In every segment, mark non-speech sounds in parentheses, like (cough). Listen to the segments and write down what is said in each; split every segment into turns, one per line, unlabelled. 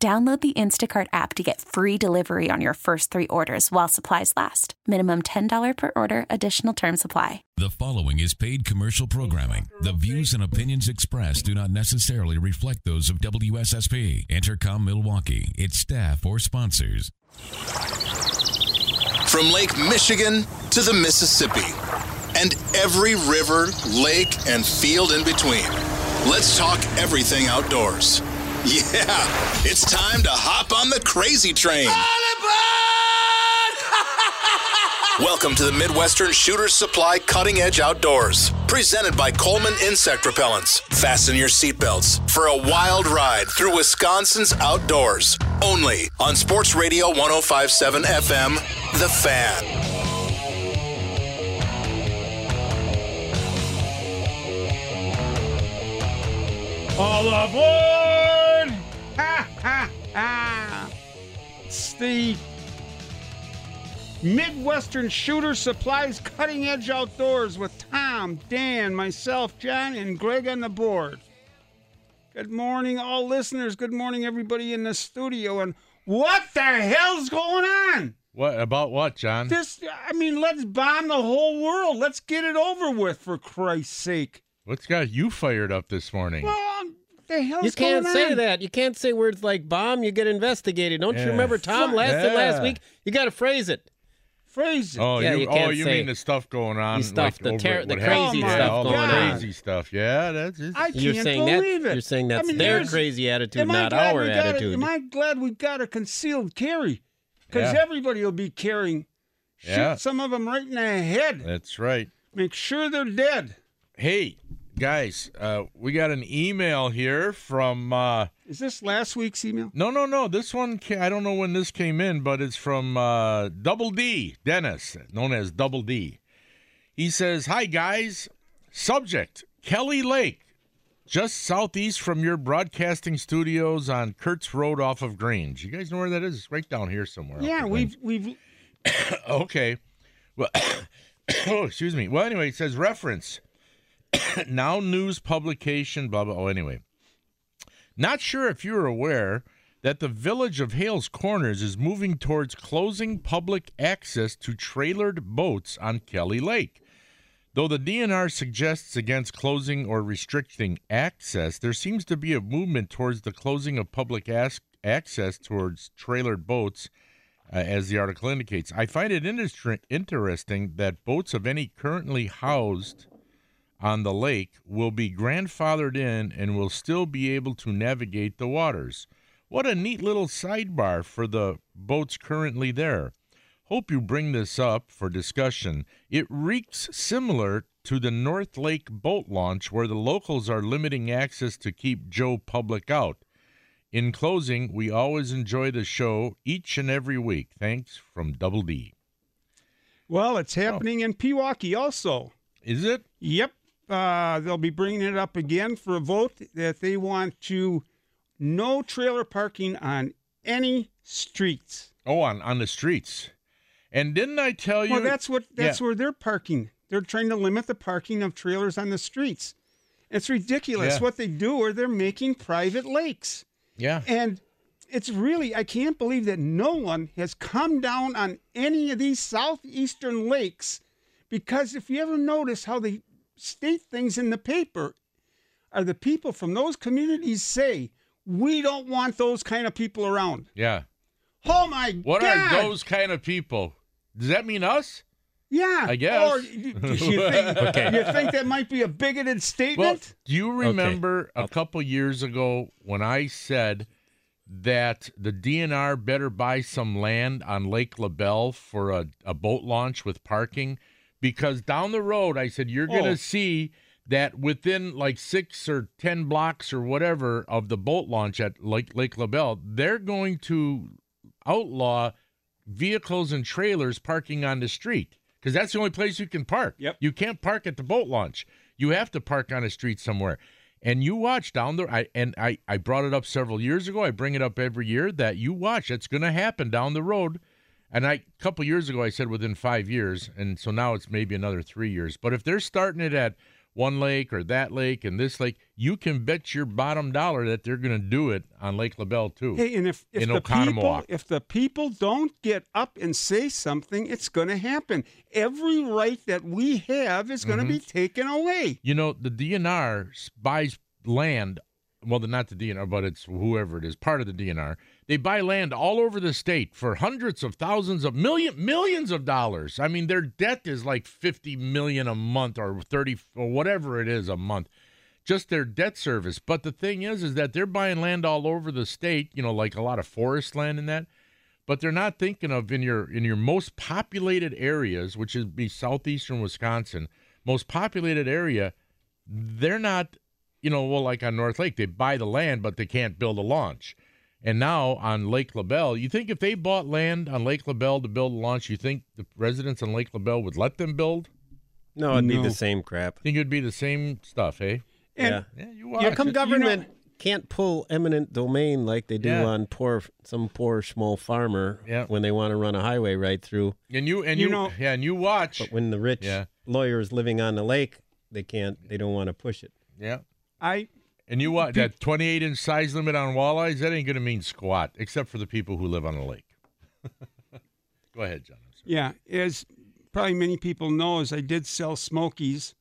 Download the Instacart app to get free delivery on your first three orders while supplies last. Minimum $10 per order, additional term supply.
The following is paid commercial programming. The views and opinions expressed do not necessarily reflect those of WSSP, Intercom Milwaukee, its staff, or sponsors.
From Lake Michigan to the Mississippi, and every river, lake, and field in between. Let's talk everything outdoors. (laughs) Yeah, it's time to hop on the crazy train. Welcome to the Midwestern Shooter Supply Cutting Edge Outdoors, presented by Coleman Insect Repellents. Fasten your seatbelts for a wild ride through Wisconsin's outdoors, only on Sports Radio 1057 FM, The Fan.
All aboard! Ha ha ha! It's the Midwestern Shooter Supplies Cutting Edge Outdoors with Tom, Dan, myself, John, and Greg on the board. Good morning, all listeners. Good morning, everybody in the studio. And what the hell's going on?
What about what, John?
This, I mean, let's bomb the whole world. Let's get it over with, for Christ's sake.
What's got you fired up this morning?
Well, the hell's
You can't
going
say
on?
that. You can't say words like bomb. You get investigated. Don't
Yeah.
you remember Tom last
Yeah.
last week? You got to phrase it.
Phrase it.
Oh,
Yeah,
you,
you
oh,
can't
you
say
mean the stuff going on?
You stuff,
like,
the
over
ter-
at
the
what happened?
crazy
stuff
yeah, all the
going on.
crazy stuff. Yeah, that's just,
I can't
You're saying that.
believe it.
You're saying
I
that's
mean,
their
there's-
crazy attitude,
Am I
not
glad
our
we got it-
attitude.
am I glad we got a concealed carry? Because
Yeah.
everybody will be carrying. Shoot
Yeah.
some of them right in the head.
that's right.
Make sure they're dead.
Hey, guys, uh, we got an email here from. Uh,
Is this last week's email?
no, no, no. This one, ca- I don't know when this came in, but it's from uh, Double D, Dennis, known as Double D. He says, Hi, guys. Subject Kelly Lake, just southeast from your broadcasting studios on Kurtz Road off of Grange. You guys know where that is? It's right down here somewhere. off
Yeah,
of
we've we've
(coughs) okay. Well, (coughs) oh, excuse me. Well, anyway, it says reference (coughs) now news publication. Blah blah. Oh, anyway, not sure if you're aware that the village of Hales Corners is moving towards closing public access to trailered boats on Kelly Lake. Though the DNR suggests against closing or restricting access, there seems to be a movement towards the closing of public as- access towards trailered boats uh, as the article indicates. I find it industri- interesting that boats of any currently housed on the lake will be grandfathered in and will still be able to navigate the waters. What a neat little sidebar for the boats currently there. Hope you bring this up for discussion. It reeks similar to the North Lake boat launch where the locals are limiting access to keep Joe Public out. In closing, we always enjoy the show each and every week. Thanks from Double D.
well, it's
Oh.
happening in Pewaukee also.
Is it?
Yep, uh, they'll be bringing it up again for a vote that they want to no trailer parking on any streets.
Oh, on, on the streets. And didn't I tell you?
Well, that's what that's
Yeah.
where they're parking. They're trying to limit the parking of trailers on the streets. It's ridiculous
Yeah.
what they do, or they're making private lakes.
Yeah.
And it's really, I can't believe that no one has come down on any of these southeastern lakes because if you ever notice how they state things in the paper, are the people from those communities say, we don't want those kind of people around.
Yeah.
Oh my
What
God.
are those kind of people? Does that mean us?
Yeah,
I guess. (laughs)
Or you, you think,
Okay.
you think that might be a bigoted
Well,
statement?
do you remember a couple years ago when I said that the DNR better buy some land on Lake LaBelle for a, a boat launch with parking? Because down the road, I said, you're going to
Oh.
see that within like six or ten blocks or whatever of the boat launch at Lake Lake LaBelle, they're going to outlaw vehicles and trailers parking on the street because that's the only place you can park.
Yep.
You can't park at the boat launch. You have to park on a street somewhere. And you watch down the I and I I brought it up several years ago. I bring it up every year that you watch. It's going to happen down the road. And I a couple years ago I said within 5 years and so now it's maybe another 3 years. But if they're starting it at one lake or that lake and this lake, you can bet your bottom dollar that they're going to do it on Lake LaBelle too.
Hey, and if, if
in
the people
Oconomowoc.
if the people don't get up and say something, it's going to happen. Every right that we have is going to be
Mm-hmm.
taken away.
You know, the DNR s- buys land. Well, the- not the DNR, but it's whoever it is, part of the DNR. They buy land all over the state for hundreds of thousands of million millions of dollars. I mean, their debt is like fifty million a month or thirty or whatever it is a month, just their debt service. But the thing is, is that they're buying land all over the state. You know, like a lot of forest land and that but they're not thinking of in your in your most populated areas, which would be southeastern Wisconsin, most populated area, they're not, you know, well, like on North Lake, they buy the land, but they can't build a launch. And now on Lake LaBelle, you think if they bought land on Lake LaBelle to build a launch, you think the residents on Lake LaBelle would let them build?
No, it'd be
No.
the same crap.
Think it'd be the same stuff, hey?
And
Yeah, you
yeah.
watch.
How come
it.
government can't pull eminent domain like they do
Yeah.
on poor some poor small farmer
Yeah.
when they want to run a highway right through?
and you and you,
You know-
yeah, and you watch.
But when the rich
Yeah.
lawyer is living on the lake, they can't. They don't want to push it.
yeah.
I
And you what? That 28 inch size limit on walleyes? That ain't going to mean squat, except for the people who live on a lake. (laughs) Go ahead, John. I'm sorry.
yeah, as probably many people know, is I did sell Smokies.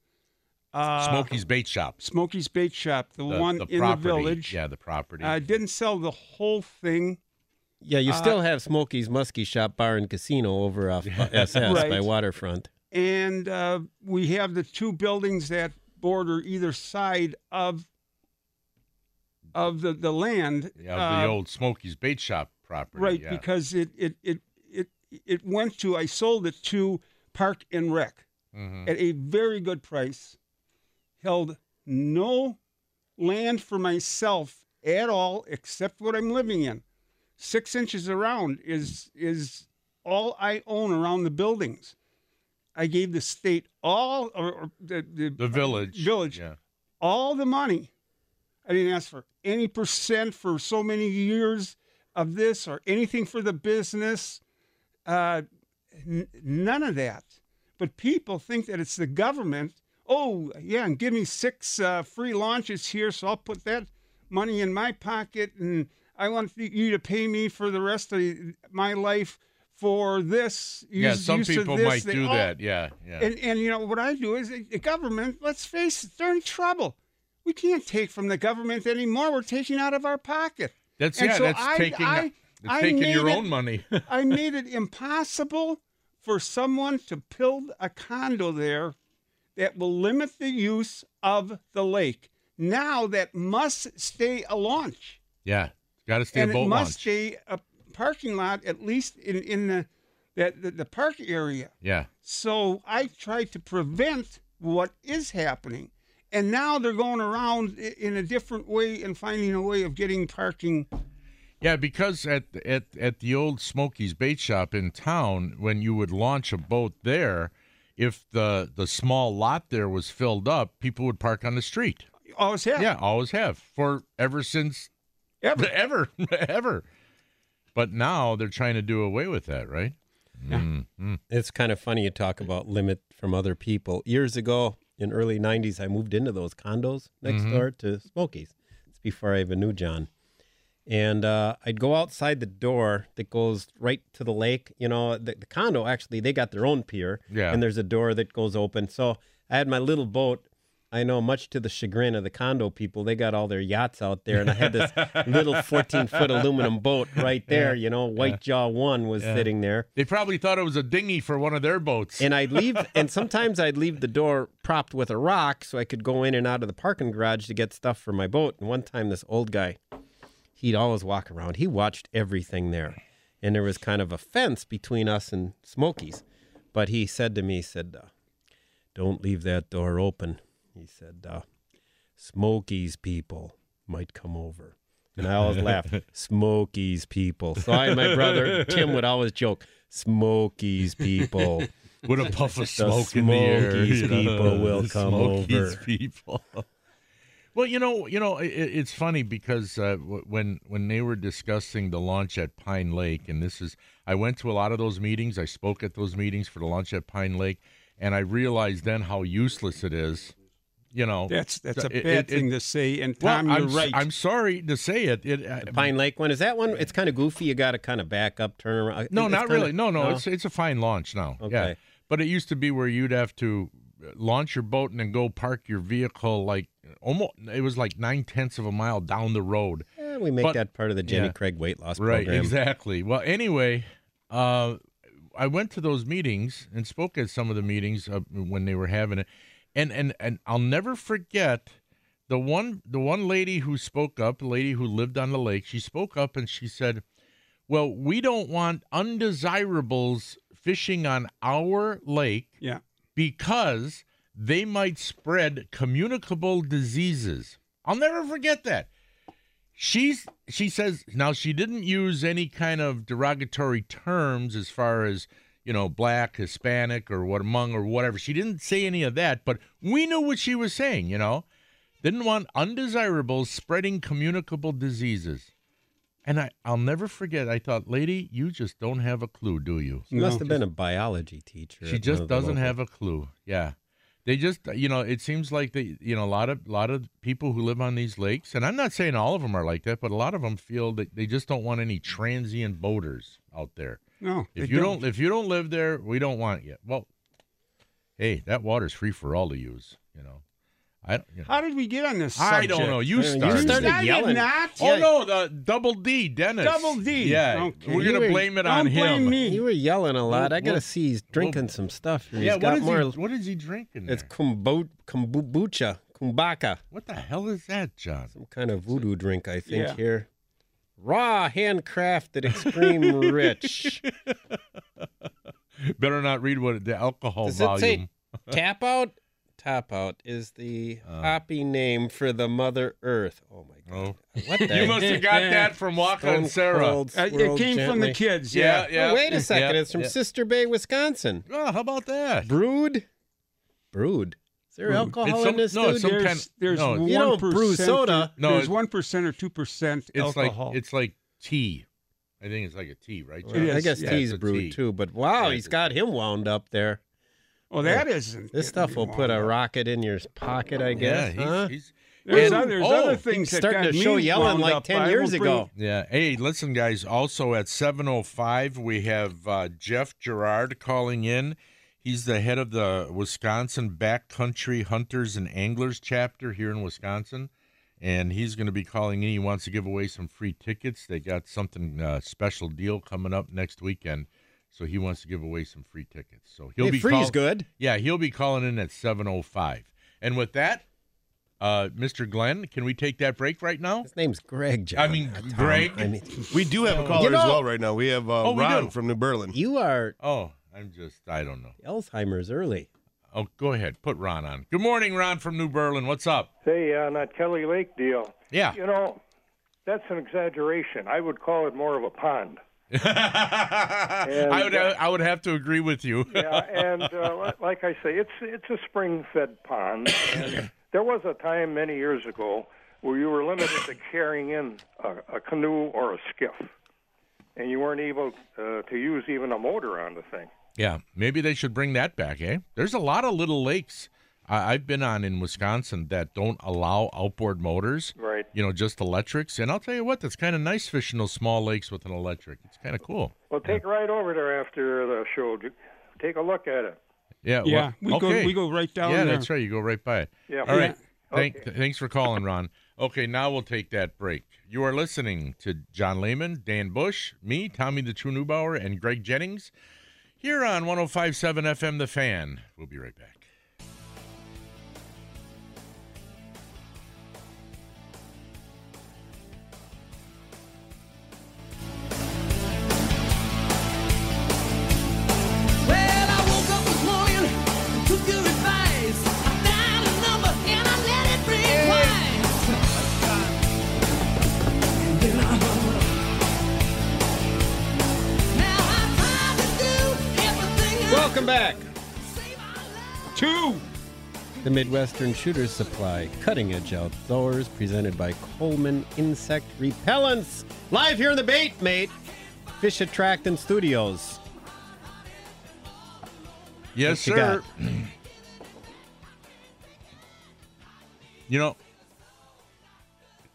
Uh,
Smokey's Bait Shop.
Smokey's Bait Shop, the,
The-
one
the
in the
property.
village. Uh,
Yeah, the property.
I didn't sell the whole thing.
Yeah, you
Uh,
still have Smokey's Muskie Shop Bar and Casino over
(laughs)
off SS by
Right.
Waterfront.
and uh, we have the two buildings that border either side of of the, the land.
yeah, the
uh,
old Smokey's Bait Shop property.
right
yeah.
because it it, it it it went to I sold it to Park and Rec
Mhm.
at a very good price. Held no land for myself at all except what I'm living in. Six inches around is is all I own around the buildings. I gave the state all or, or the, the,
The village.
Village.
Yeah.
all the money. I didn't ask for any percent for so many years of this or anything for the business. Uh, n- none of that. But people think that it's the government. Oh, yeah, and give me six uh, free launches here, so I'll put that money in my pocket, and I want you to pay me for the rest of my life for this.
Yeah,
use-
some
use of
people
this.
might
They
do
all-
that. Yeah, yeah.
and and you know what I do is the the government. Let's face it, they're in trouble. We can't take from the government anymore. We're taking out of our
(laughs)
pocket.
that's
and
yeah,
so
that's
I-
taking
I-
it's
I
taking your
made it- (laughs)
own money.
I made it impossible for someone to build a condo there that will limit the use of the lake. Now that must stay a launch,
yeah. Got to stay
and
a
it
boat
must
launch.
stay a parking lot at least in in the that the, the park area.
yeah.
So I tried to prevent what is happening. And now they're going around i- in a different way and finding a way of getting parking.
Yeah, because at at at the old Smokies bait shop in town, when you would launch a boat there, if the the small lot there was filled up, people would park on the street.
Always have.
Yeah, always have for ever since
Ever.
(laughs) ever ever. But now they're trying to do away with that, right?
It's kind of funny you talk about limit from other people. Years ago, in early '90s, I moved into those condos next door to Smokies. It's before I even knew John, and uh, I'd go outside the door that goes right to the lake. You know, the, the condo actually they got their own pier,
Yeah.
and there's a door that goes open. So I had my little boat. I know, much to the chagrin of the condo people, they got all their yachts out there, and I had this little 14 foot aluminum boat right there. You know, White Jaw One was sitting there.
They probably thought it was a dinghy for one of their boats.
And I'd leave, and sometimes I'd leave the door propped with a rock so I could go in and out of the parking garage to get stuff for my boat. And one time, this old guy, he'd always walk around. He watched everything there. And there was kind of a fence between us and Smokies. But he said to me, he said, uh, Don't leave that door open. He said, uh, Smokies people might come over. And I always laugh, Smokies people. So I and my brother Tim would always joke, Smokies people.
What a puff of
The
smoke in the air.
Smokies
you know.
people will
The
come
Smokies
over.
people. well, you know, you know, i i- it's funny because uh, w- when when they were discussing the launch at Pine Lake, and this is, I went to a lot of those meetings. I spoke at those meetings for the launch at Pine Lake, and I realized then how useless it is. You know,
That's that's a
It-
bad
it- it-
thing to say. And
well,
Tom,
I'm,
you're
s-
right.
I'm sorry to say it. it uh,
The Pine Lake one is that one? It's kind of goofy. You got to kind of back up, turn around. It-
No,
it's
not
kinda-
really. No, no, it's it's a fine launch now. Yeah.
Okay.
But it used to be where you'd have to uh, launch your boat and then go park your vehicle like almost it was like nine tenths of a mile down the road.
Eh, we make
but-
that part of the Jenny
yeah.
Craig weight loss
Right,
program.
exactly. Well, anyway, uh, I went to those meetings and spoke at some of the meetings uh, when they were having it, and and and I'll never forget the one the one lady who spoke up, the lady who lived on the lake. She spoke up and she said, "Well, we don't want undesirables fishing on our lake
yeah.
because they might spread communicable diseases. I'll never forget that. She's she says now she didn't use any kind of derogatory terms as far as you know black, Hispanic, or what among or whatever. She didn't say any of that, but we knew what she was saying. You know, didn't want undesirables spreading communicable diseases. And I, I'll never forget. I thought, lady, you just don't have a clue, do you?
She must have been a biology teacher.
She just doesn't have a clue. Yeah. They just, you know, it seems like they, you know, a lot of lot of people who live on these lakes, and I'm not saying all of them are like that, but a lot of them feel that they just don't want any transient boaters out there.
No.
If
they
you don't. if you don't live there, we don't want you. Well, hey, that water's free for all to use. You know, I don't. You know.
How did we get on this?
I don't
subject?
know. You
Yeah, you
started.
started
I
yelling.
did not.
Oh no, the double D, Dennis.
Double D.
Yeah,
Okay.
we're
You
gonna
were-
blame it
don't
on him.
blame me.
(laughs) You were yelling a lot. I gotta
Well-
see he's drinking some stuff. here. He's
Yeah,
got
what is
more.
he? What is he drinking? There?
it's kombu- kombucha, kumbaka,
what the hell is that, John?
some kind of voodoo drink, I think.
Yeah.
Here, raw, handcrafted, extreme
(laughs)
rich.
Better not read what the alcohol
Does it
Oh, volume. (laughs)
say tap out? Top out is the
Uh.
hoppy name for the Mother Earth. Oh my
(laughs)
God!
oh,
What the
you must have
(laughs)
got that from Waka and Sarah.
Uh, it came from the kids.
Yeah,
Yeah.
yeah.
Oh, wait a second.
Yeah,
it's from
yeah.
Sister Bay, Wisconsin.
Oh, how about that?
Brewed? Brewed. Is there alcohol
It's
in
some-
this
no, it's
dude?
some
There's,
kind-
there's
no,
one
it's-
You don't brew soda.
No,
there's
it-
one percent or two percent
It's
alcohol.
like it's like tea. I think it's like a tea, right?
Well,
John?
is,
I guess
yeah,
tea's
it's a
brewed
tea.
too, but wow,
Yeah,
he's
it's a
got him wound up there.
oh, that isn't.
This stuff will put a rocket in your pocket, I
Yeah,
guess.
he's,
huh?
he's-
There's,
and-
other, there's
oh,
other things that
starting
got
to show
me
yelling
wound
like
up.
10
I
years
will bring-
ago.
Yeah. Hey, listen, guys. Also at 7:05, we have uh, Jeff Gerard calling in. He's the head of the Wisconsin Backcountry Hunters and Anglers chapter here in Wisconsin, and he's going to be calling in. He wants to give away some free tickets. They got something uh, special deal coming up next weekend, so he wants to give away some free tickets. So he'll
Hey,
be
free's
call-
good.
Yeah, he'll be calling in at 7:05. And with that, uh, Mr. Glenn, can we take that break right now?
His name's Greg. John. Uh,
I mean,
Tom.
Greg.
I mean,
We do have a caller
You know-
as well right now. We have uh,
Oh, we
Ron
do.
from New Berlin.
you are
Oh, I'm just, I don't know.
Alzheimer's early.
Oh, go ahead. Put Ron on. Good morning, Ron from New Berlin. What's up?
Hey, on that Kelly Lake deal,
Yeah. (laughs)
you know, that's an exaggeration. I would call it more of a pond.
I would I would have to agree with you.
Yeah, and uh, li- like I say, it's it's a spring-fed pond. And there was a time many years ago where you were limited to carrying in a, a canoe or a skiff, and you weren't able uh, to use even a motor on the thing.
(laughs) Yeah, maybe they should bring that back, eh? There's a lot of little lakes I, I've been on in Wisconsin that don't allow outboard motors.
Right.
You know, just electrics. And I'll tell you what, that's kind of nice fishing those small lakes with an electric. It's kind of cool.
Well, take a right over there after the show. Ju- Take a look at it.
Yeah.
Yeah, we
well,
go-
okay.
we go right down
Yeah,
there.
that's right. You go right by it.
Yeah.
All right.
Yeah.
Thank, Thanks for calling, Ron. Okay, now we'll take that break. You are listening to John Lehman, Dan Bush, me, Tommy the True Newbauer, and Greg Jennings here on 1057 FM The Fan. We'll be right back.
Well, I woke up this morning, took your advice. I dialed a number in
Welcome back. Two.
The Midwestern Shooters Supply Cutting Edge Outdoors, presented by Coleman Insect Repellents. Live here in the bait, mate. Fish Attractant Studios.
Yes,
What you
sir. You, know,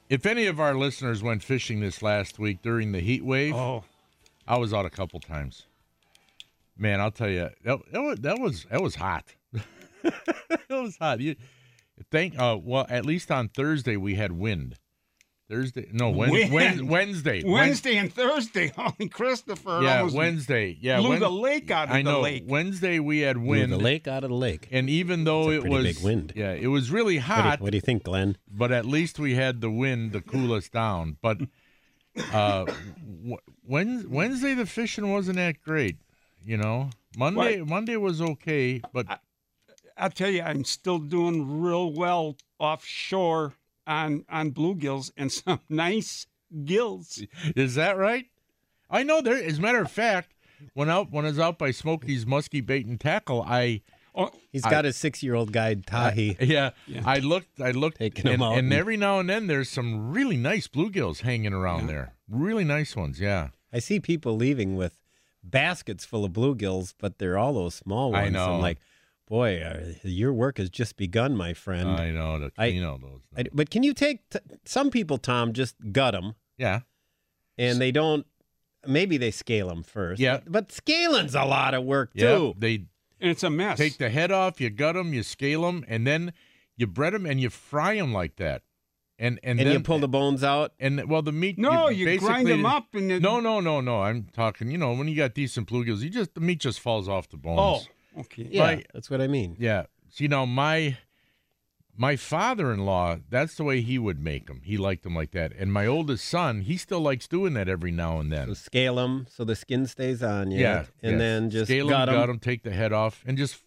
if any of our listeners went fishing this last week during the heat wave,
Oh,
I was out a couple times. Man, I'll tell you that that was that was, that was hot. (laughs) it was hot. You thank uh well at least on Thursday we had wind. Thursday no Wednesday
Wind.
Wednesday
(laughs) Wednesday and Thursday. (laughs) Holy Christopher.
yeah
almost
Wednesday yeah
blew
Wed-
the lake out of
I
the
know
lake.
Wednesday we had
Blew
wind
the lake out of the lake.
and even though
It's a
it
pretty
was
big wind.
yeah it was really
What do, you,
hot
what do you think, Glenn?
but at least we had the wind to cool us down but uh w- Wed- Wednesday the fishing wasn't that great you know Monday Monday was okay but
I'll tell you, I'm still doing real well offshore on on bluegills and some (laughs) nice gills.
Is that right? I know there. As a matter of fact, when out when I was out by Smokey's Muskie Bait and Tackle, I
Oh,
He's got his six year old guide, Tahi.
yeah, I looked I looked
Taking 'em
and,
out
and
and-
every now and then there's some really nice bluegills hanging around there. Really nice ones. Yeah,
I see people leaving with baskets full of bluegills, but they're all those small
I
ones.
know.
am like, boy, uh, your work has just begun, my friend.
I know the
I-
you know those.
I- but can you take t- some people, Tom, just gut them
yeah,
and they don't. Maybe they scale them first.
Yeah.
But scaling's a lot of work
yeah.
too.
They
and it's a mess.
take the head off, you gut them, you scale them, and then you bread them and you fry them like that, and and,
And,
then
you pull the bones out.
and well the meat.
no, you, grind
basically-
them up and you,
No, no, no, no. I'm talking. You know, when you got decent bluegills, you just the meat just falls off the
Oh,
bones.
okay.
Yeah,
Right.
that's what I mean.
yeah. See now, my my father-in-law, that's the way he would make them. He liked them like that. And my oldest son, he still likes doing that every now and
So
then.
scale them so the skin stays on you.
yeah,
And
yes.
then just
scale
gut
them,
them,
gut them, take the head off, and just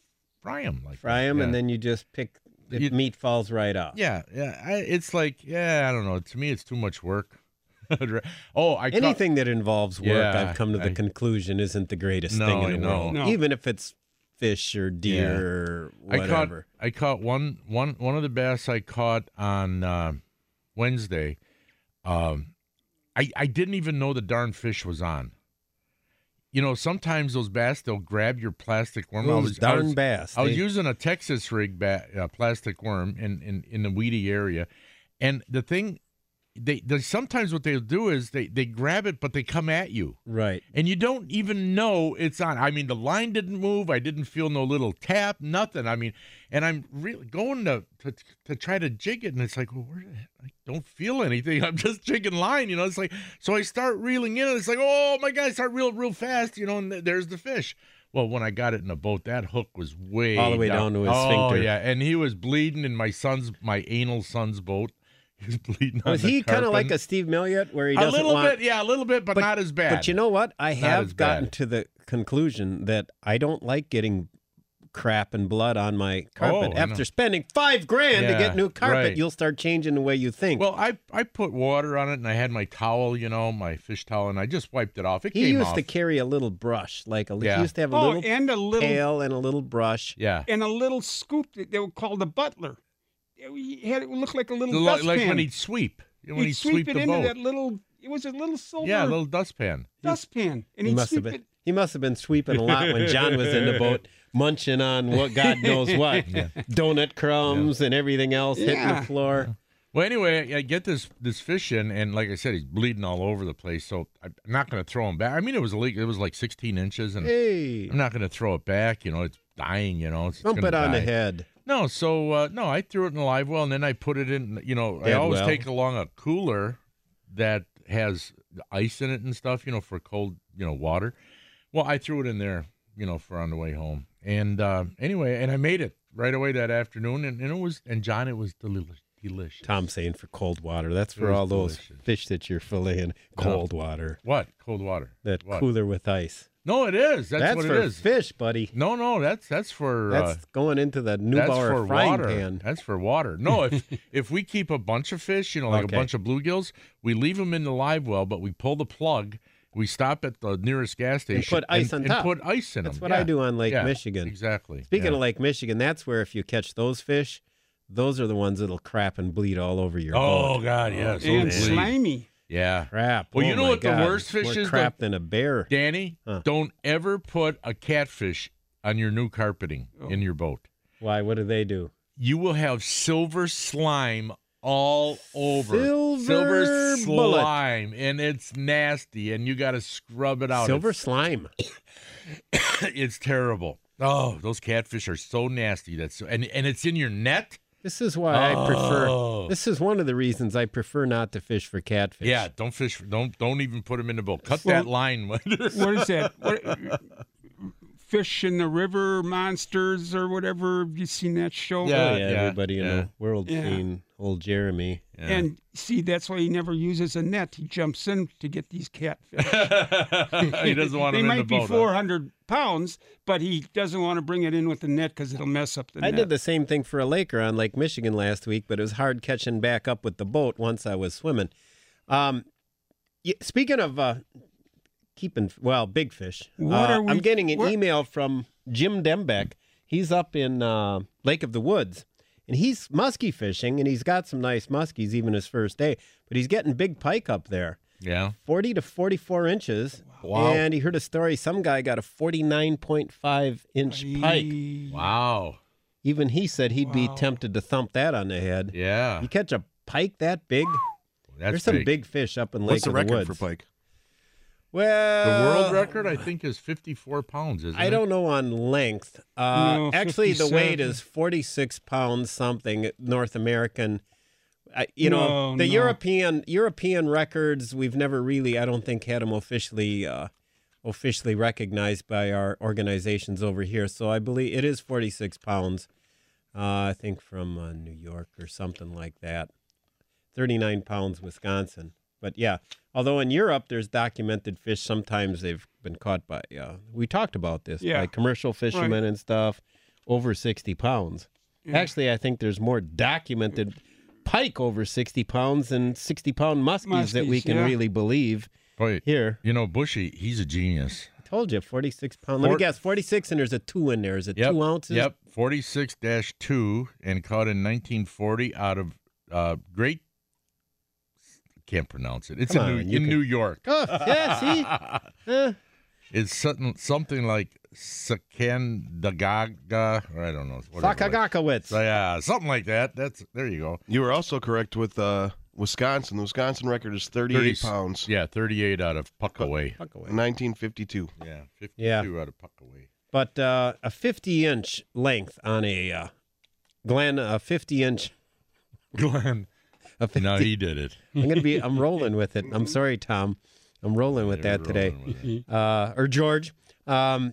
fry them like
fry
that.
them, and
Yeah.
then you just pick. The
You-
meat falls right off.
yeah, yeah. I, it's like yeah, I don't know. To me, it's too much work. (laughs) oh, I caught-
Anything that involves work,
Yeah,
I've come to the
I-
conclusion, isn't the greatest
No,
thing in
I
the
know.
world.
No.
Even if it's fish or deer
Yeah.
or
I caught
whatever.
I caught one one one of the bass I caught on uh, Wednesday. Um, I I didn't even know the darn fish was on. You know, sometimes those bass they'll grab your plastic worm. I
Those
was, I
darn
was,
bass.
I was
they-
using a Texas rig ba- uh, plastic worm in, in in the weedy area, and the thing, they, they sometimes what they'll do is they they grab it but they come at you
right.
and you don't even know it's on. I mean, the line didn't move. I didn't feel no little tap, nothing. I mean, and I'm really going to to, to try to jig it, and it's like, well, where, the heck- I don't feel anything. (laughs) I'm just jigging line, you know. It's like, so I start reeling in, and it's like, oh my god, I start real, real fast, you know. And th- there's the fish. Well, when I got it in a boat, that hook was way
All the way down to his
oh,
sphincter.
yeah, and he was bleeding in my son's, my anal son's boat. (laughs) He was bleeding. on
Was
the
he kind of
tarpon.
like a Steve Milliot where he
a
doesn't
little
want
bit, yeah, a little bit, but, not as bad.
But you know what? I
as
have gotten
bad.
to the conclusion that I don't like getting crap and blood on my carpet.
Oh, I know.
After spending five grand to
Yeah,
get new carpet,
right.
you'll start changing the way
(laughs)
you think.
Well, I I put water on it and I had my towel, you know, my fish towel, and I just wiped it off. It
he
came
used
off.
to carry a little brush, like a,
Yeah.
he used to have a
Oh,
little
and a little
pail and a little brush.
yeah.
and a little scoop that they were called the butler. He had it looked like a little
Like,
dustpan.
like when he'd sweep. When
He'd
he'd,
sweep it
the
into
boat.
that little. It was a little silver
yeah, a little dustpan.
dustpan, and
He
he'd
must
sweep
have been.
it.
He must have been sweeping a lot when John was
(laughs)
in the boat, munching on what God knows
(laughs)
what, donut crumbs and everything else hitting
Yeah.
the floor.
Well, anyway, I get this this fish in, and like I said, he's bleeding all over the place. So I'm not going to throw him back. I mean, it was a leak. It was like 16 inches, and
Hey,
I'm not going to throw it back. You know, it's dying. You know, it's, it's
bump
gonna
it on
die.
the head.
No, so uh, no, I threw it in a live well, and then I put it in. You know, I
Dead
always
well.
take along a cooler that has ice in it and stuff. You know, for cold, you know, water. Well, I threw it in there. You know, for on the way home. And uh, anyway, and I made it right away that afternoon, and, and it was and John, it was delicious. Delicious.
Tom's saying for cold water. That's
It
for
was
all those
delicious.
fish that you're filleting. Cold water.
What cold water?
That
What?
cooler with ice.
No, it is. That's, what
for
it is.
fish, buddy.
No, no, that's that's for uh,
That's going into the
that's
Neubauer
for
frying
water.
pan.
That's for water. No, if
(laughs)
if we keep a bunch of fish, you know, like
Okay.
a bunch of bluegills, we leave them in the live well, but we pull the plug We stop at the nearest gas station
And put ice on
and
top.
put ice in
That's
them.
what I
Yeah.
do on Lake
Yeah,
Michigan.
Exactly.
Speaking
Yeah.
of Lake Michigan, that's where if you catch those fish, those are the ones that'll crap and bleed all over your
Oh
boat.
God, yes. those
and
bleed.
slimy.
Yeah.
crap!
Well, you
Oh
know
my
what the
God,
worst
it's
fish
more
is,
crap
though?
than a bear.
Danny,
Huh.
don't ever put a catfish on your new carpeting in your boat.
Why? What do they do?
You will have silver slime all over.
Silver bullet.
slime. And it's nasty. And you gotta scrub it out.
Silver
It's- (laughs)
slime.
it's terrible. Oh, those catfish are so nasty. That's so, and and it's in your net.
This is why I prefer.
Oh.
This is one of the reasons I prefer not to fish for catfish.
Yeah, don't fish. Don't don't even put them in the boat. Cut
Well-
that line. (laughs)
What is that? What, fish in the river, monsters or whatever. Have you seen that show?
Yeah,
Oh, yeah, everybody in
yeah.
the world
Yeah.
scene, old Jeremy.
And see, that's why he never uses a net. He jumps in to get these catfish.
(laughs) (laughs) he doesn't want
they
them
might
in the boat.
be
huh?
400 pounds, but he doesn't want to bring it in with the net because it'll mess up the
I
net.
did the same thing for a Laker on Lake Michigan last week, but it was hard catching back up with the boat once I was swimming. Um, y- speaking of uh, keeping, well, big fish,
What
uh,
are we-
I'm getting an
what-
email from Jim Dembeck. He's up in uh, Lake of the Woods, and he's musky fishing, and he's got some nice muskies even his first day, but he's getting big pike up there.
Yeah.
40 to 44 inches.
Wow.
And he heard a story some guy got a 49.5 inch pike
Wow.
even he said he'd be tempted to thump that on the head.
Yeah.
You catch a pike that big?
That's
There's some big fish up in Lake
What's the
of
record
Woods.
for Pike?
The
Well,
world record, I think, is 54 pounds, isn't
uh, I
it?
don't know on length. Uh,
No,
actually, the weight
57.
is 46 pounds something. North American. I, you know
No,
the
no.
European European records. We've never really, I don't think, had them officially uh, officially recognized by our organizations over here. So I believe it is 46 pounds. Uh, I think from uh, New York or something like that. 39 pounds, Wisconsin. But yeah, although in Europe there's documented fish, sometimes they've been caught by. Uh, we talked about this
Yeah.
by commercial fishermen and stuff, over 60 pounds. Actually, I think there's more documented pike over 60 pounds than 60 pound muskies, that we
Muskies,
can
yeah.
really believe
Wait,
here.
you know, Bushy, he's a genius.
I told you, 46 pound. Let me
Four-
guess, 46, and there's a two in there. Is it
Yep.
two ounces?
Yep. 46 2 and caught in 1940 out of uh, Great. Can't pronounce it. It's
Come
in,
on,
New,
you
in
can-
New York.
Oh, yeah, see? Eh.
It's something, something like Sakandagaga, or I don't know. (laughs) whatever.
Sakagakowitz.
So, yeah, something like that. That's There you go.
You were also correct with uh, Wisconsin. The Wisconsin record is 38
30
pounds.
Yeah, 38 out of Puckaway.
Fuck away.
1952.
Yeah, 52
Yeah.
out of
(laughs)
Puckaway.
but uh, a 50 inch length on a uh, Glenn, a 50 inch.
Glenn.
A 50,
No, he did it.
I'm gonna be. I'm rolling with it. I'm sorry, Tom. I'm rolling with that today.
Rolling with it.
Uh, or George. Um,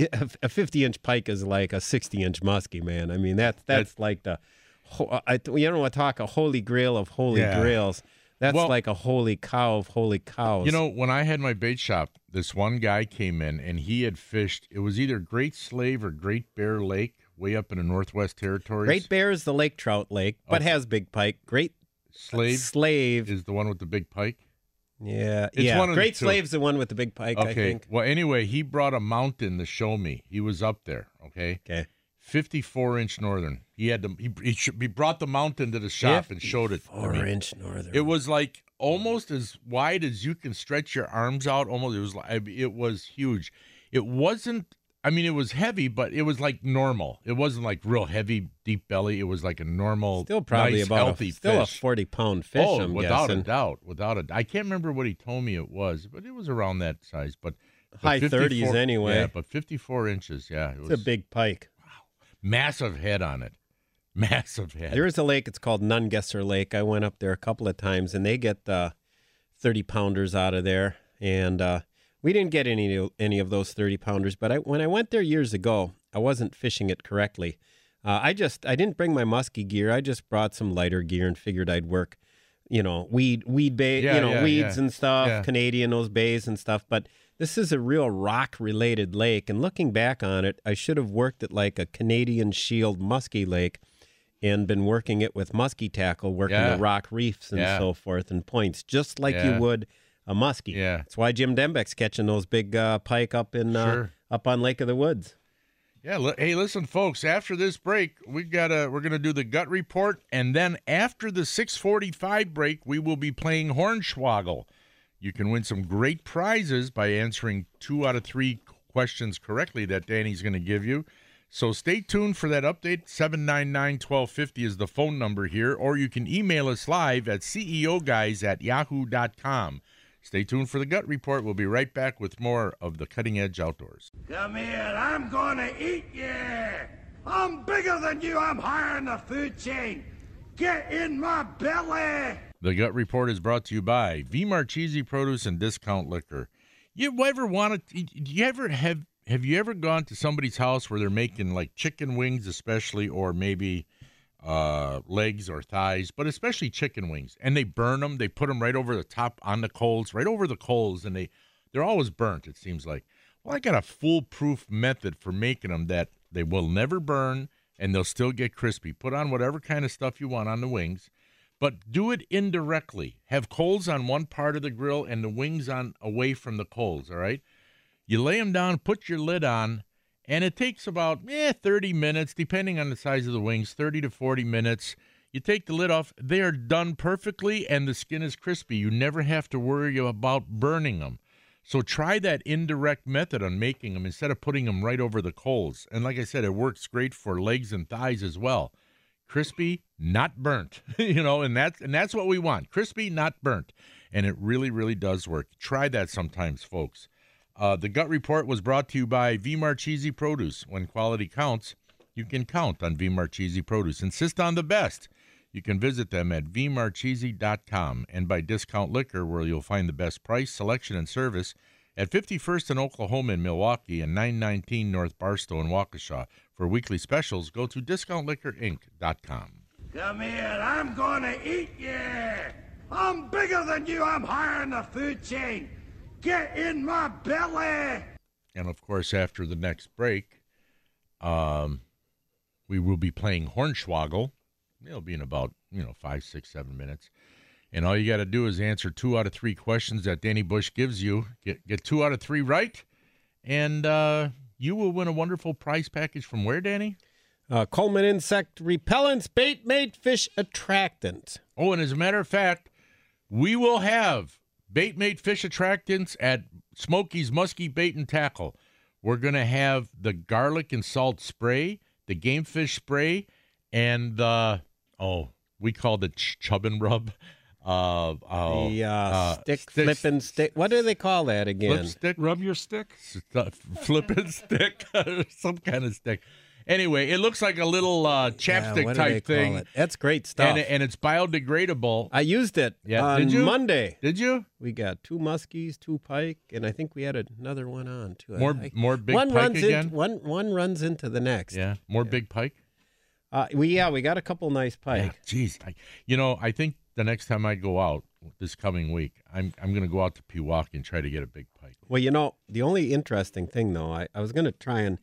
a a 50 inch pike is like a 60 inch muskie, man. I mean, that's that's like the. ho- I, you don't want to talk a holy grail of holy
Yeah.
grails. That's
Well-
like a holy cow of holy cows.
You know, when I had my bait shop, this one guy came in and he had fished. It was either Great Slave or Great Bear Lake, way up in the Northwest Territories.
Great Bear is the lake trout lake, but has big pike. Great
Oh. Slave
Slave.
is the one with the big pike.
yeah,
It's
yeah.
one of the
Great
two.
Slave's the one with the big pike. I
Okay.
think.
Well, anyway, he brought a mountain to show me. He was up there. Okay.
Okay.
54 inch northern. He had to, he, he, sh- he brought the mountain to the shop and showed it. to
Four
me.
inch northern.
It was like almost as wide as you can stretch your arms out. Almost it was like I mean, it was huge. It wasn't. I mean, it was heavy, but it was like normal. It wasn't like real heavy, deep belly. It was like a normal,
still probably
nice,
about
healthy
a, still a
fish.
forty pound fish.
oh,
I'm
without
guessing.
a doubt, without a. I can't remember what he told me it was, but it was around that size. But but
High 30s
54
anyway.
Yeah, but fifty-four inches. Yeah, it
It's
was
a big pike.
massive head on it. (laughs) Massive head.
There is a lake. It's called Nungesser Lake. I went up there a couple of times, and they get uh, thirty pounders out of there. And uh, we didn't get any any of those thirty pounders. But I, when I went there years ago, I wasn't fishing it correctly. Uh, I just I didn't bring my muskie gear. I just brought some lighter gear and figured I'd work, you know, weed weed bait,
Yeah,
you know,
yeah,
weeds
yeah.
and stuff,
Yeah.
Canadian those bays and stuff. But this is a real rock related lake. And looking back on it, I should have worked it like a Canadian Shield muskie lake and been working it with muskie tackle, working
Yeah.
the rock reefs and
Yeah.
so forth and points, just like you
Yeah.
would a muskie.
Yeah.
That's why Jim Dembeck's catching those big uh, pike up in uh,
Sure.
up on Lake of the Woods.
Yeah. Li- hey, listen, folks. After this break, we gotta we're gonna do the gut report, and then after the six forty five break, we will be playing Hornswoggle. You can win some great prizes by answering two out of three questions correctly that Danny's going to give you. So stay tuned for that update. 799 1250 is the phone number here, or you can email us live at ceoguys at yahoo.com. Stay tuned for the gut report. We'll be right back with more of the cutting edge outdoors.
Come here, I'm gonna eat you. I'm bigger than you. I'm higher in the food chain. Get in my belly.
The Gut Report is brought to you by V Marchese Produce and Discount Liquor. You ever wanted? Do you ever have? Have you ever gone to somebody's house where they're making like chicken wings, especially, or maybe uh, legs or thighs, but especially chicken wings, and they burn them. They put them right over the top on the coals, right over the coals, and they they're always burnt. It seems like. Well, I got a foolproof method for making them that they will never burn and they'll still get crispy. Put on whatever kind of stuff you want on the wings but do it indirectly. Have coals on one part of the grill and the wings on away from the coals, all right? You lay them down, put your lid on, and it takes about eh, 30 minutes, depending on the size of the wings, 30 to 40 minutes. You take the lid off, they are done perfectly, and the skin is crispy. You never have to worry about burning them. So try that indirect method on making them instead of putting them right over the coals. And like I said, it works great for legs and thighs as well crispy, not burnt. (laughs) you know, and that's and that's what we want. Crispy, not burnt. And it really, really does work. Try that sometimes, folks. Uh, the gut report was brought to you by V Marchese Produce. When quality counts, you can count on V Marchese Produce. Insist on the best. You can visit them at vmarchese.com and by Discount Liquor, where you'll find the best price, selection, and service at 51st and Oklahoma in Milwaukee and 919 North Barstow in Waukesha. For weekly specials, go to discountliquorinc.com.
Come here, I'm gonna eat you. I'm bigger than you. I'm higher in the food chain. Get in my belly.
And of course, after the next break, um, we will be playing Hornswoggle. It'll be in about you know five, six, seven minutes. And all you got to do is answer two out of three questions that Danny Bush gives you. Get get two out of three right, and uh, you will win a wonderful prize package from where, Danny?
Uh, Coleman insect repellents, bait made fish attractant.
Oh, and as a matter of fact, we will have baitmate fish attractants at Smokey's Muskie Bait and Tackle. We're going to have the garlic and salt spray, the game fish spray, and the, oh, we called it ch- chub and rub. Uh, oh,
the uh, stick
stick-
flipping stick. What do they call that
flip
again?
stick,
Rub your stick.
st- flipping stick, (laughs) some kind of stick. Anyway, it looks like a little uh,
Yeah,
chapstick
what do they
type
call
thing,
it? That's great stuff.
and, it- and it's biodegradable.
I used it
Yeah,
on
did you?
Monday.
Did you?
We got two muskies, two pike, and I think we had another one on too. I-
More-
I-
more big
one
pike
runs into-
again?
one one runs into the next.
Yeah, more big pike.
Uh, we yeah we got a couple nice pike.
Yeah, Jeez, I, you know, I think the next time I go out this coming week, I'm I'm gonna go out to Pewaukee and try to get a big pike.
Well, you know, the only interesting thing though, I, I was gonna try and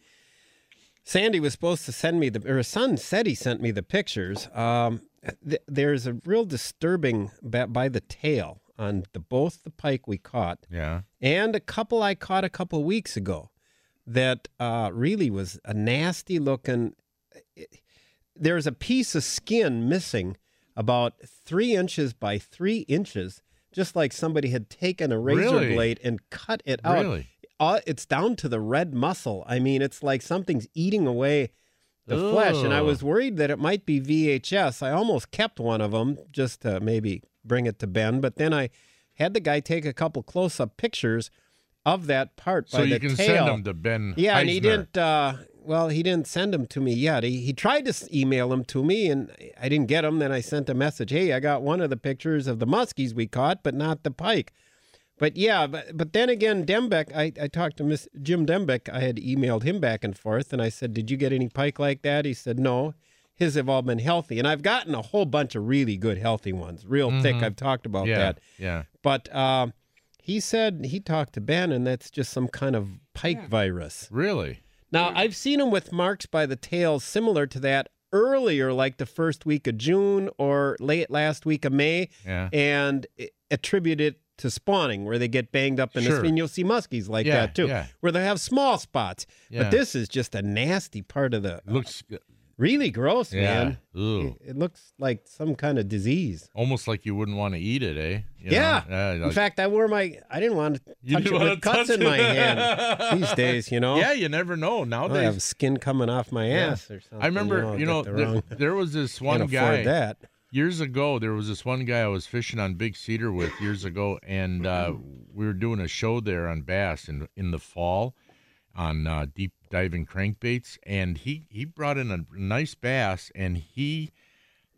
Sandy was supposed to send me the or his son said he sent me the pictures. Um, th- there's a real disturbing ba- by the tail on the both the pike we caught
Yeah.
and a couple I caught a couple weeks ago that uh, really was a nasty looking. eh, There's a piece of skin missing about three inches by three inches, just like somebody had taken a razor
Really?
blade and cut it out.
Really?
Uh, it's down to the red muscle. I mean, it's like something's eating away the flesh. And I
Ugh.
was worried that it might be VHS. I almost kept one of them just to maybe bring it to Ben, but then I had the guy take a couple close up pictures of that part
So
by
you
the
can
tail.
send them to Ben.
yeah, and he
Eisner.
didn't. Uh, well, he didn't send them to me yet. He, he tried to s- email them to me, and I didn't get them. Then I sent a message. Hey, I got one of the pictures of the muskies we caught, but not the pike. But yeah, but, but then again, Dembeck, I, I talked to Miss Jim Dembeck. I had emailed him back and forth, and I said, Did you get any pike like that? He said, No. His have all been healthy. And I've gotten a whole bunch of really good, healthy ones, real thick. I've talked about
Mm-hmm. Yeah.
that.
Yeah.
But uh, he said he talked to Ben, and that's just some kind of pike virus.
Really?
Now, I've seen them with marks by the tail similar to that earlier, like the first week of June or late last week of May,
Yeah.
and i- attribute it to spawning where they get banged up in the
Sure.
and you'll see muskies like
Yeah,
that too,
yeah.
where they have small spots.
Yeah.
But this is just a nasty part of the
Looks
really gross,
yeah,
man.
Ooh.
It looks like some kind of disease.
almost like you wouldn't want to eat it, eh? You know?
yeah.
like-
in fact, I wore my. I didn't want to
You
touch
didn't
it
wanna
with cuts
touch
in
it.
my
(laughs)
hand these days. You know.
yeah, you never know
I have
nowadays.
skin coming off my ass or something.
I remember, you know,
get the
there,
wrong-
there was this (laughs) one
can't
guy
afford that.
years ago. There was this one guy I was fishing on Big Cedar with years ago, and uh, we were doing a show there on bass in in the fall on uh, deep diving crankbaits, and he he brought in a nice bass, and he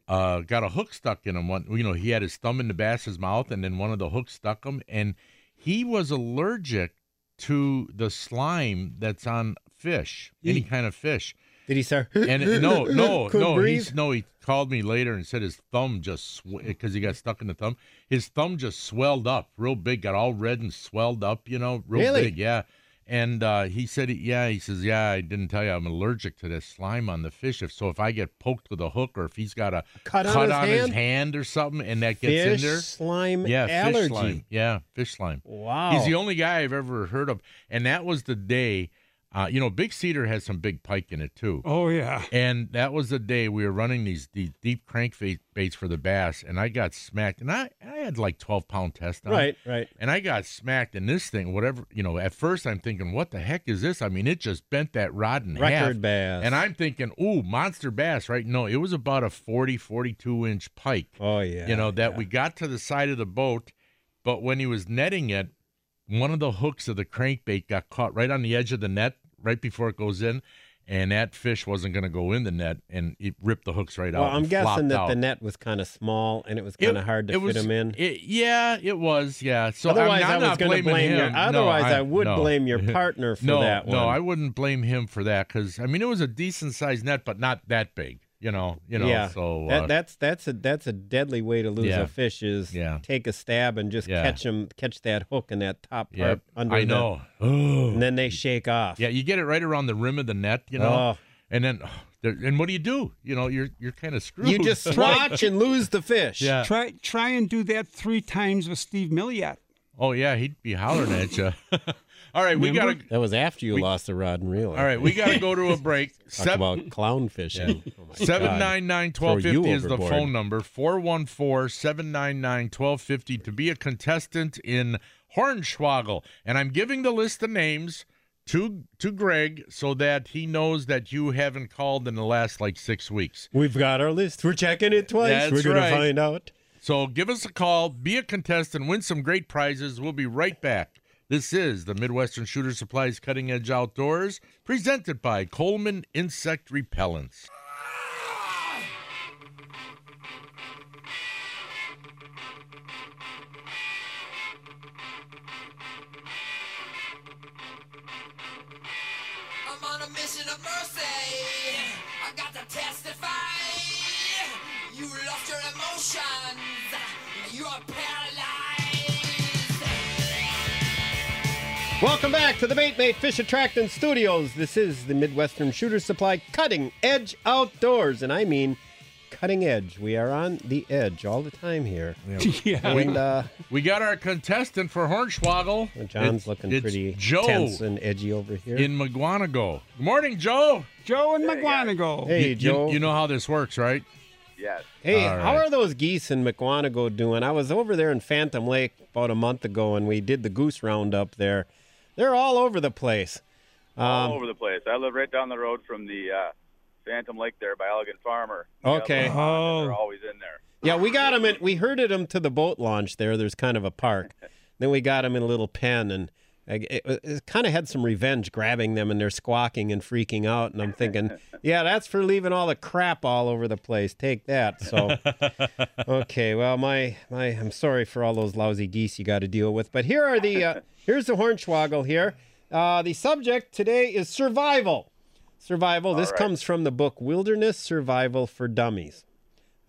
uh, got a hook stuck in him. One, you know, he had his thumb in the bass's mouth, and then one of the hooks stuck him, and he was allergic to the slime that's on fish, any kind of fish.
Did he start?
And it- no,
(laughs)
no,
Couldn't
no.
breathe?
He's, no, he called me later and said his thumb just because he got stuck in the thumb. His thumb just swelled up real big, got all red and swelled up. You know, real
Really?
big. Yeah. And uh, he said, he- yeah, he says, yeah, I didn't tell you I'm allergic to this slime on the fish. If so, if I get poked with a hook or if he's got a
Cut on his hand?
hand or something, and that gets
fish
in there,
slime
yeah,
allergy.
fish slime, yeah, fish slime.
Wow.
He's the only guy I've ever heard of, and that was the day. Uh, you know, Big Cedar has some big pike in it too.
Oh yeah.
And that was the day we were running these, these deep crank fa- baits for the bass, and I got smacked. And I, I had like 12 pound test on.
right, right.
And I got smacked in this thing, whatever, you know, at first I'm thinking, what the heck is this? I mean, it just bent that rod in half.
Record bass.
And I'm thinking, ooh, monster bass, right? No, it was about a 40, 42 inch pike
Oh yeah.
you know that we got to the side of the boat but when he was netting it one of the hooks of the crankbait got caught right on the edge of the net right before it goes in and that fish wasn't going to go in the net and it ripped the hooks right
Well,
out
I'm
and flopped
guessing that
out.
the net was kind of small and it was
It-
kind of hard to
it
fit
was-
him in.
it- yeah it was yeah so I'm-
otherwise,
I'm,
I was
not
going to
blaming
blame
him.
your.
No,
Otherwise, I, would
no.
blame
(laughs)
your partner for
no
that one.
no i uh, wouldn't blame him for that because i mean it was a decent sized net but not that big you know you know
yeah.
so
that,
uh,
that's that's a that's a deadly way to lose
Yeah.
a fish is
Yeah.
take a stab and just
Yeah.
catch him catch that hook in that top part
uh, yep,
under
i
the-
know
and then they shake off.
Yeah, you get it right around the rim of the net, you
Oh.
know. And then (sighs) there, and what do you do? You know, you're you're kind of
Oh,
screwed. (laughs)
you just watch and lose the fish.
yeah.
Try try and do that three times with Steve Milliot.
Oh yeah, he'd be hollering at
(laughs)
you. All right, we gotta.
That was after you lost the rod in real life.
All right, we gotta go to a break.
(laughs) Talk about clown fishing. Oh my
(laughs) Seven
God.
nine nine
Throw
twelve
you
fifty is the
overboard.
phone number. 414-799-1250 to be a contestant in Hornswoggle. And I'm giving the list of names to to Greg so that he knows that you haven't called in the last like six weeks.
(laughs) We've got our list. We're checking it twice.
That's
We're gonna
right.
find out.
So give us a call, be a contestant, win some great prizes. We'll be right back. This is the Midwestern Shooter Supplies Cutting Edge Outdoors, presented by Coleman Insect Repellents.
I'm on a mission of mercy. I got to testify. You lost your emotions. You are paralyzed.
Welcome back to the Bait Mate Fish Attractant Studios. This is the Midwestern Shooter Supply Cutting Edge Outdoors, and I mean cutting edge. We are on the edge all the time here. And uh,
We got our contestant for Hornswoggle.
John's
It's-
looking
it's
pretty
Joe
tense and edgy over here.
in McGuanago. Good morning, Joe.
Joe and McGuanago.
hey,
You-
Joe.
You, know how this works, right?
hey,
all
how
right.
are those geese in McWanago doing? I was over there in Phantom Lake about a month ago, and we did the goose roundup there. They're all over the place.
all over the place. I live right down the road from the uh, Phantom Lake there by Elegant Farmer. We got
Okay.
a little pond, and
Oh.
They're always in there.
Yeah, we got him. In, we herded him to the boat launch there. There's kind of a park. then we got him in a little pen, and I, it, it kind of had some revenge grabbing them, and they're squawking and freaking out. And I'm thinking, yeah, that's for leaving all the crap all over the place. Take that. So, okay, well, my my, I'm sorry for all those lousy geese you got to deal with. But here are the uh, here's the hornswoggle here. Uh, the subject today is survival. Survival. this comes from the book Wilderness Survival for Dummies.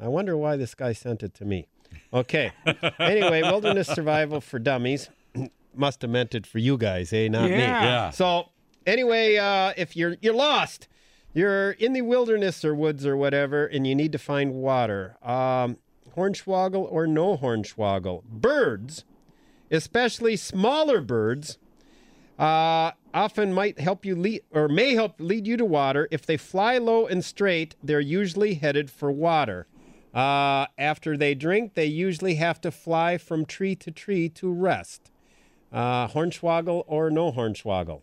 I wonder why this guy sent it to me. Okay. anyway, wilderness survival for dummies (clears throat) must have meant it for you guys, eh? Not me.
Yeah. Yeah.
So anyway, uh, if you're you're lost, you're in the wilderness or woods or whatever, and you need to find water. Um, hornswoggle or no hornswoggle, birds especially smaller birds, uh, often might help you lead or may help lead you to water. If they fly low and straight, they're usually headed for water. Uh, after they drink, they usually have to fly from tree to tree to rest. Uh, hornswoggle or no hornswoggle?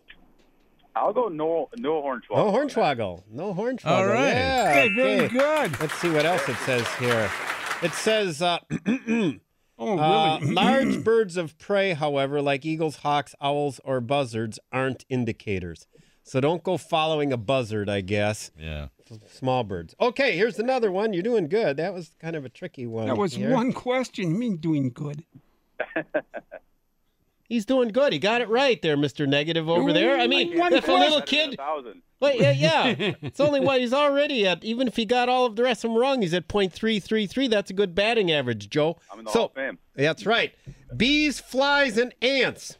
I'll go no no hornswoggle.
No hornswoggle. No hornswoggle.
All right.
Yeah,
Hey, very
good. Let's see what else it says here. It says, uh, (clears throat)
oh, (laughs)
uh,
really?
large birds of prey, however, like eagles, hawks, owls, or buzzards, aren't indicators. So don't go following a buzzard, I guess.
Yeah.
Small birds. Okay, here's another one. You're doing good. That was kind of a tricky one.
That was
here.
one question. Me doing good.
He's doing good. He got it right there, Mr. Negative over there. I mean,
One
if a little
question.
kid.
Thousand.
Wait, yeah, yeah. it's only what he's already at. Even if he got all of the rest of them wrong, he's at .333. That's a good batting average, Joe.
I'm in the
so,
Hall of Fame.
That's right. Bees, flies, and ants.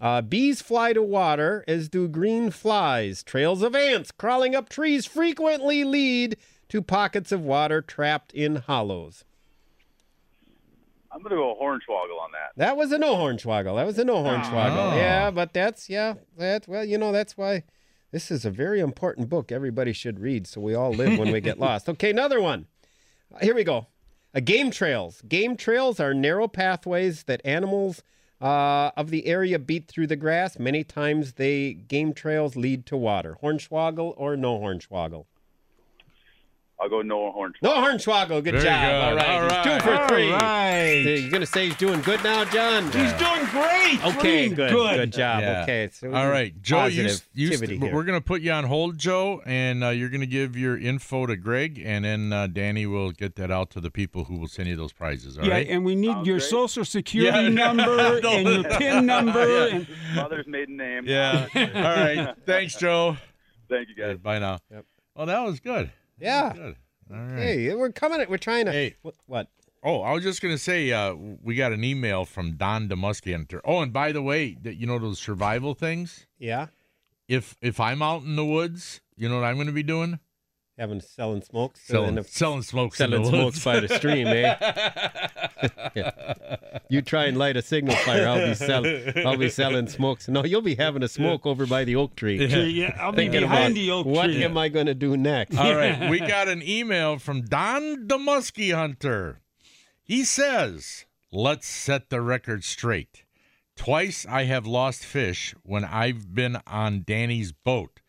Uh, bees fly to water, as do green flies. Trails of ants crawling up trees frequently lead to pockets of water trapped in hollows.
I'm gonna go hornswoggle on
(laughs)
that.
That was a no hornswoggle. That was a no hornswoggle.
Oh.
Ah.
Yeah, but that's yeah. That well, you know, that's why this is a very important book. Everybody should read, so we all live when
(laughs)
we get lost. Okay, another one. Uh, Here we go. Uh, game trails. Game trails are narrow pathways that animals uh, of the area beat through the grass. Many times, they game trails lead to water. Hornswoggle or no hornswoggle.
I'll go no hornswoggle.
No hornswoggle. Good
Very
job.
good.
All right.
All
He's two
right.
for
All
three.
right.
So You're going to say he's doing good now, John?
He's doing great.
Okay,
Three.
good. Good, job.
Yeah.
Okay. so
All right, Joe. You, s- you s-
positivity here.
we're going to put you on hold, Joe, and uh, you're going to give your info to Greg, and then uh, Danny will get that out to the people who will send you those prizes. All
yeah,
right.
and we need your social security
Yeah. (laughs)
number
No.
and your PIN number.
Yeah.
And
Mother's maiden name.
Yeah. (laughs) All right. Thanks, Joe.
Thank you guys.
Bye now.
Yep.
Well, that was good.
Yeah.
Good. All right.
Hey, we're coming. We're trying to.
Hey.
Wh- What?
Oh, I was just gonna say, uh, we got an email from Don Demuscanter. Oh, and by the way, that you know those survival things.
Yeah.
If if I'm out in the woods, you know what I'm gonna be doing?
Having selling smokes. and
Selling
then if-
selling smokes. in
selling
the woods.
smokes by the
(laughs)
stream, eh? you try and light a signal fire. I'll be selling. I'll be selling smokes. No, you'll be having a smoke over by the oak tree.
Yeah.
yeah, I'll be
Thinking
behind
about
the oak
what
tree.
am I going to do (laughs) next?
All right, we got an email from Don the Muskie Hunter. He says, "Let's set the record straight. Twice I have lost fish when I've been on Danny's boat.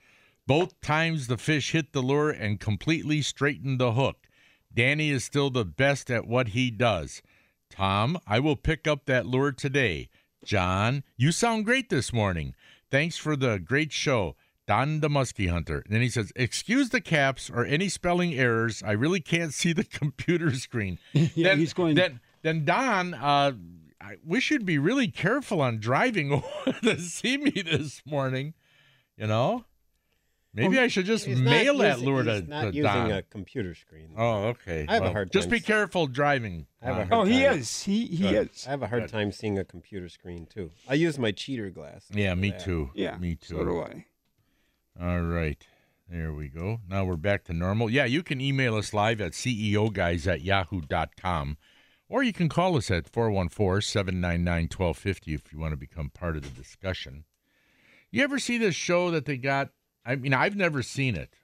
Both times the fish hit the lure and completely straightened the hook. Danny is still the best at what he does. Tom, I will pick up that lure today. John, you sound great this morning. Thanks for the great show. Don the Muskie Hunter. And then he says, Excuse the caps or any spelling errors. I really can't see the (laughs) computer
(laughs)
screen.
Yeah,
then,
he's going-
Then, then Don, uh, I, we should be really careful on driving (laughs) over to see me this morning. You know? Maybe I should just
Oh, He's not
mail that
using-
lure to,
he's not
to
using
Don.
a computer screen.
Oh, okay.
I have a hard
Just
time
be
s-
careful driving.
I have a
Don.
hard
Oh, he
time.
is. He he
Good.
is.
I have a hard
Good.
time seeing a computer screen too. I use my cheater glass.
Yeah, me
Yeah.
too.
Yeah,
me too.
So do I.
All right. There we go. Now we're back to normal. Yeah, you can email us live at ceoguys at yahoo.com or you can call us at 414 799 1250 if you want to become part of the discussion. You ever see this show that they got? I mean, I've never seen it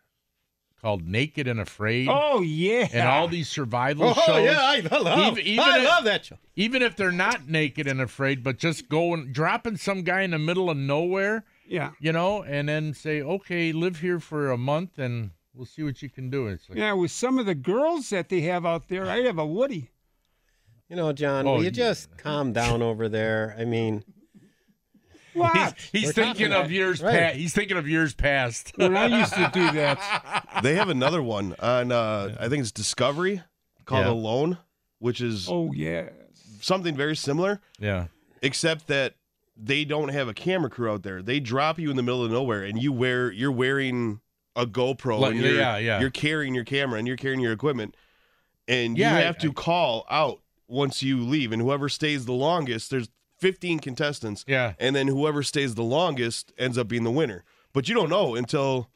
called Naked and Afraid
Oh yeah.
and all these survival
Oh
shows.
yeah, I love.
Even- even
I
if-
love that show.
even if they're not naked and afraid, but just going, dropping some guy in the middle of nowhere.
yeah.
you know, and then say, okay, live here for a month and we'll see what you can do. It's like,
Yeah, with some of the girls that they have out there, I have a Woody.
You know, John,
Oh,
will
yeah.
you
(laughs)
just calm down over there? I mean,
What?
he's
We're
thinking
talking
of
about-
years
right.
past. He's thinking of years past.
(laughs) when I used to do that.
They have another one on, uh, I think it's Discovery called
Yeah.
Alone, which is
Oh yes.
something very similar,
yeah.
except that they don't have a camera crew out there. They drop you in the middle of nowhere, and you wear you're wearing a GoPro,
Like-
and you're,
yeah, yeah.
you're carrying your camera and you're carrying your equipment, and
Yeah, I-
you have to call out once you leave, and whoever stays the longest, there's 15 contestants,
Yeah.
and then whoever stays the longest ends up being the winner. But you don't know until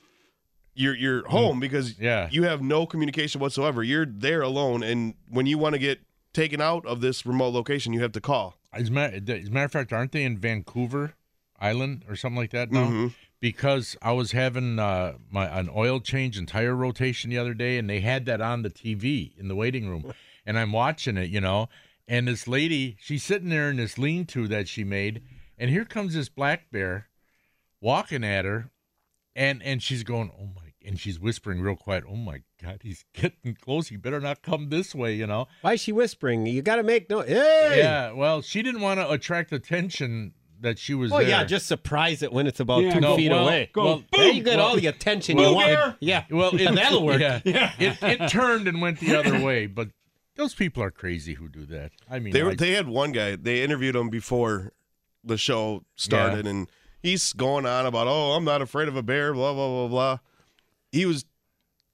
you're
Mm.
you're home because
Yeah.
you have no communication whatsoever. You're there alone, and when you want to get taken out of this remote location, you have to call.
As a matter, as a matter of fact, aren't they in Vancouver Island or something like that now? Because I was having uh, my an oil change and tire rotation the other day, and they had that on the TV in the waiting room, and I'm watching it, you know. And this lady, she's sitting there in this lean-to that she made, and here comes this black bear walking at her, and and she's going, oh my, and she's whispering real quiet, oh my God, he's (laughs) getting close. He better not come this way, you know.
Why is she whispering? You got to make no. Hey!
Yeah, well, she didn't want to attract attention that she was
Oh
there.
yeah, just surprise it when it's about
Yeah,
two
go-
feet
well,
away.
go
well,
boom!
there you get
Well,
all the attention
well,
you want.
there-
Yeah,
(laughs) Well, it,
that'll work.
Yeah, It, it turned and went the other way, but those people are crazy who do that. I mean,
they were,
I-
they had one guy. They interviewed him before the show started, and he's going on about, "Oh, I'm not afraid of a bear." Blah blah blah blah. He was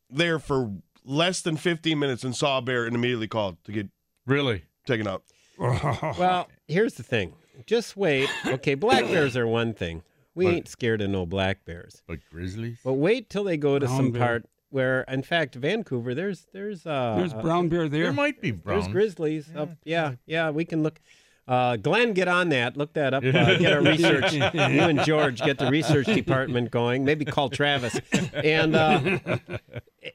there for less than 15 minutes and saw a bear and immediately called to get
really
taken out.
well, here's the thing. Just wait.
(coughs)
Okay, black bears are one thing. We
But-
ain't scared of no black bears.
But grizzlies?
But wait till they go to
Brown
some
bear.
part where, in fact, Vancouver, there's there's uh
There's brown bear there. There might be
There's
brown.
grizzlies. Yeah, up, yeah, yeah. We can look. Uh, Glenn, get on that. Look that up. Uh,
(laughs)
get our research. you and George get the research department going. Maybe call Travis. And uh,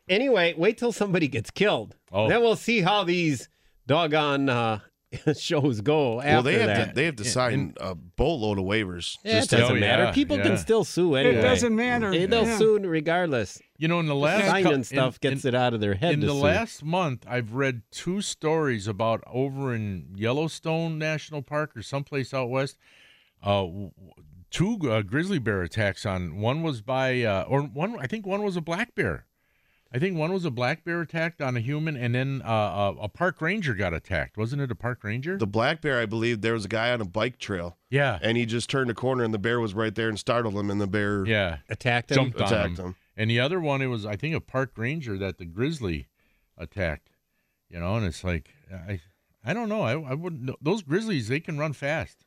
anyway, wait till somebody gets killed.
Oh.
Then we'll see how these doggone uh, (laughs) shows go. After
well, they have
that.
to they have to sign a boatload of waivers.
Yeah, it
just to-
doesn't
Oh,
matter. People can still sue anyway.
doesn't matter.
They- They'll
Yeah. (laughs)
sue regardless.
You know, in the
Just
last
signing
cou- in-
stuff gets it out of their head.
In
to
the
sue.
last month, I've read two stories about over in Yellowstone National Park or someplace out west. Uh, w- w- two uh, grizzly bear attacks on one was by uh, or one I think one was a black bear. I think one was a black bear attacked on a human, and then uh, a, a park ranger got attacked. Wasn't it a park ranger?
The black bear, I believe, there was a guy on a bike trail.
Yeah.
and he just turned a corner, and the bear was right there and startled him, and the bear
yeah
attacked
him?
jumped on
Attacked
him.
him.
and the other one it was i think a park ranger that the grizzly attacked you know and it's like i i don't know i, I wouldn't know. those grizzlies they can run fast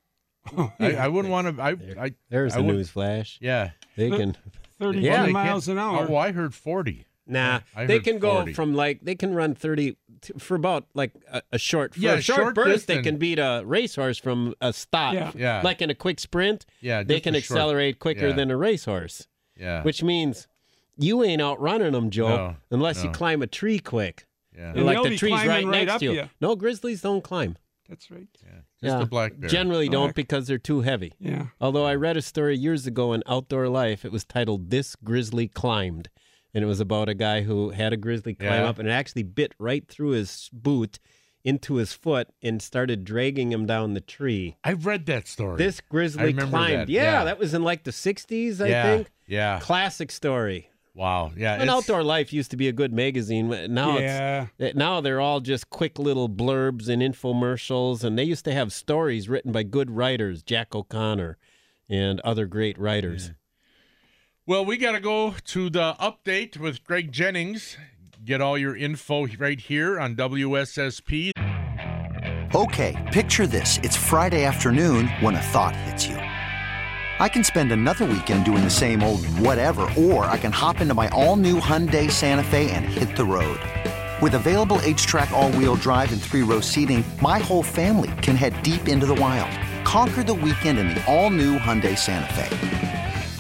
I, I wouldn't want to i i
There's
I
the
would-
news flash.
yeah
They can.
Well, they
Yeah.
can- oh i heard 40
Nah,
I
they
heard
can go
40.
from like they can run thirty t- for about like a, a short for
Yeah,
a short,
short
burst. They
distance.
can beat a racehorse from a stop.
Yeah. Yeah.
like in a quick sprint.
Yeah,
they
just
can
a short-
accelerate quicker
yeah.
than a racehorse.
Yeah.
which means you ain't outrunning them, Joe,
No,
unless you
no.
climb a tree quick.
Yeah.
And
like
they'll
the
be
tree's
climbing
right
right
next
up
to you.
ya.
No, grizzlies don't climb.
That's right.
Just a black bear.
Generally don't
Black.
because they're too heavy.
Yeah.
Although I read a story years ago in Outdoor Life, it was titled This Grizzly Climbed. And it was about a guy who had a grizzly climb
Yeah.
up and it actually bit right through his boot into his foot and started dragging him down the tree.
i've read that story
This
I
grizzly
remember
climbed.
that,
Yeah,
yeah.
that was in like the 60s, I
yeah
think.
yeah
Classic story.
wow yeah
And
it's-
Outdoor Life used to be a good magazine. but Now it's now they're all just quick little blurbs and infomercials. And they used to have stories written by good writers, Jack O'Connor, and other great writers.
Well, we got to go to the update with Greg Jennings. Get all your info right here on WSSP.
Okay, picture this. It's Friday afternoon when a thought hits you. I can spend another weekend doing the same old whatever, or I can hop into my all new Hyundai Santa Fe and hit the road. With available H track, all wheel drive, and three row seating, my whole family can head deep into the wild. Conquer the weekend in the all new Hyundai Santa Fe.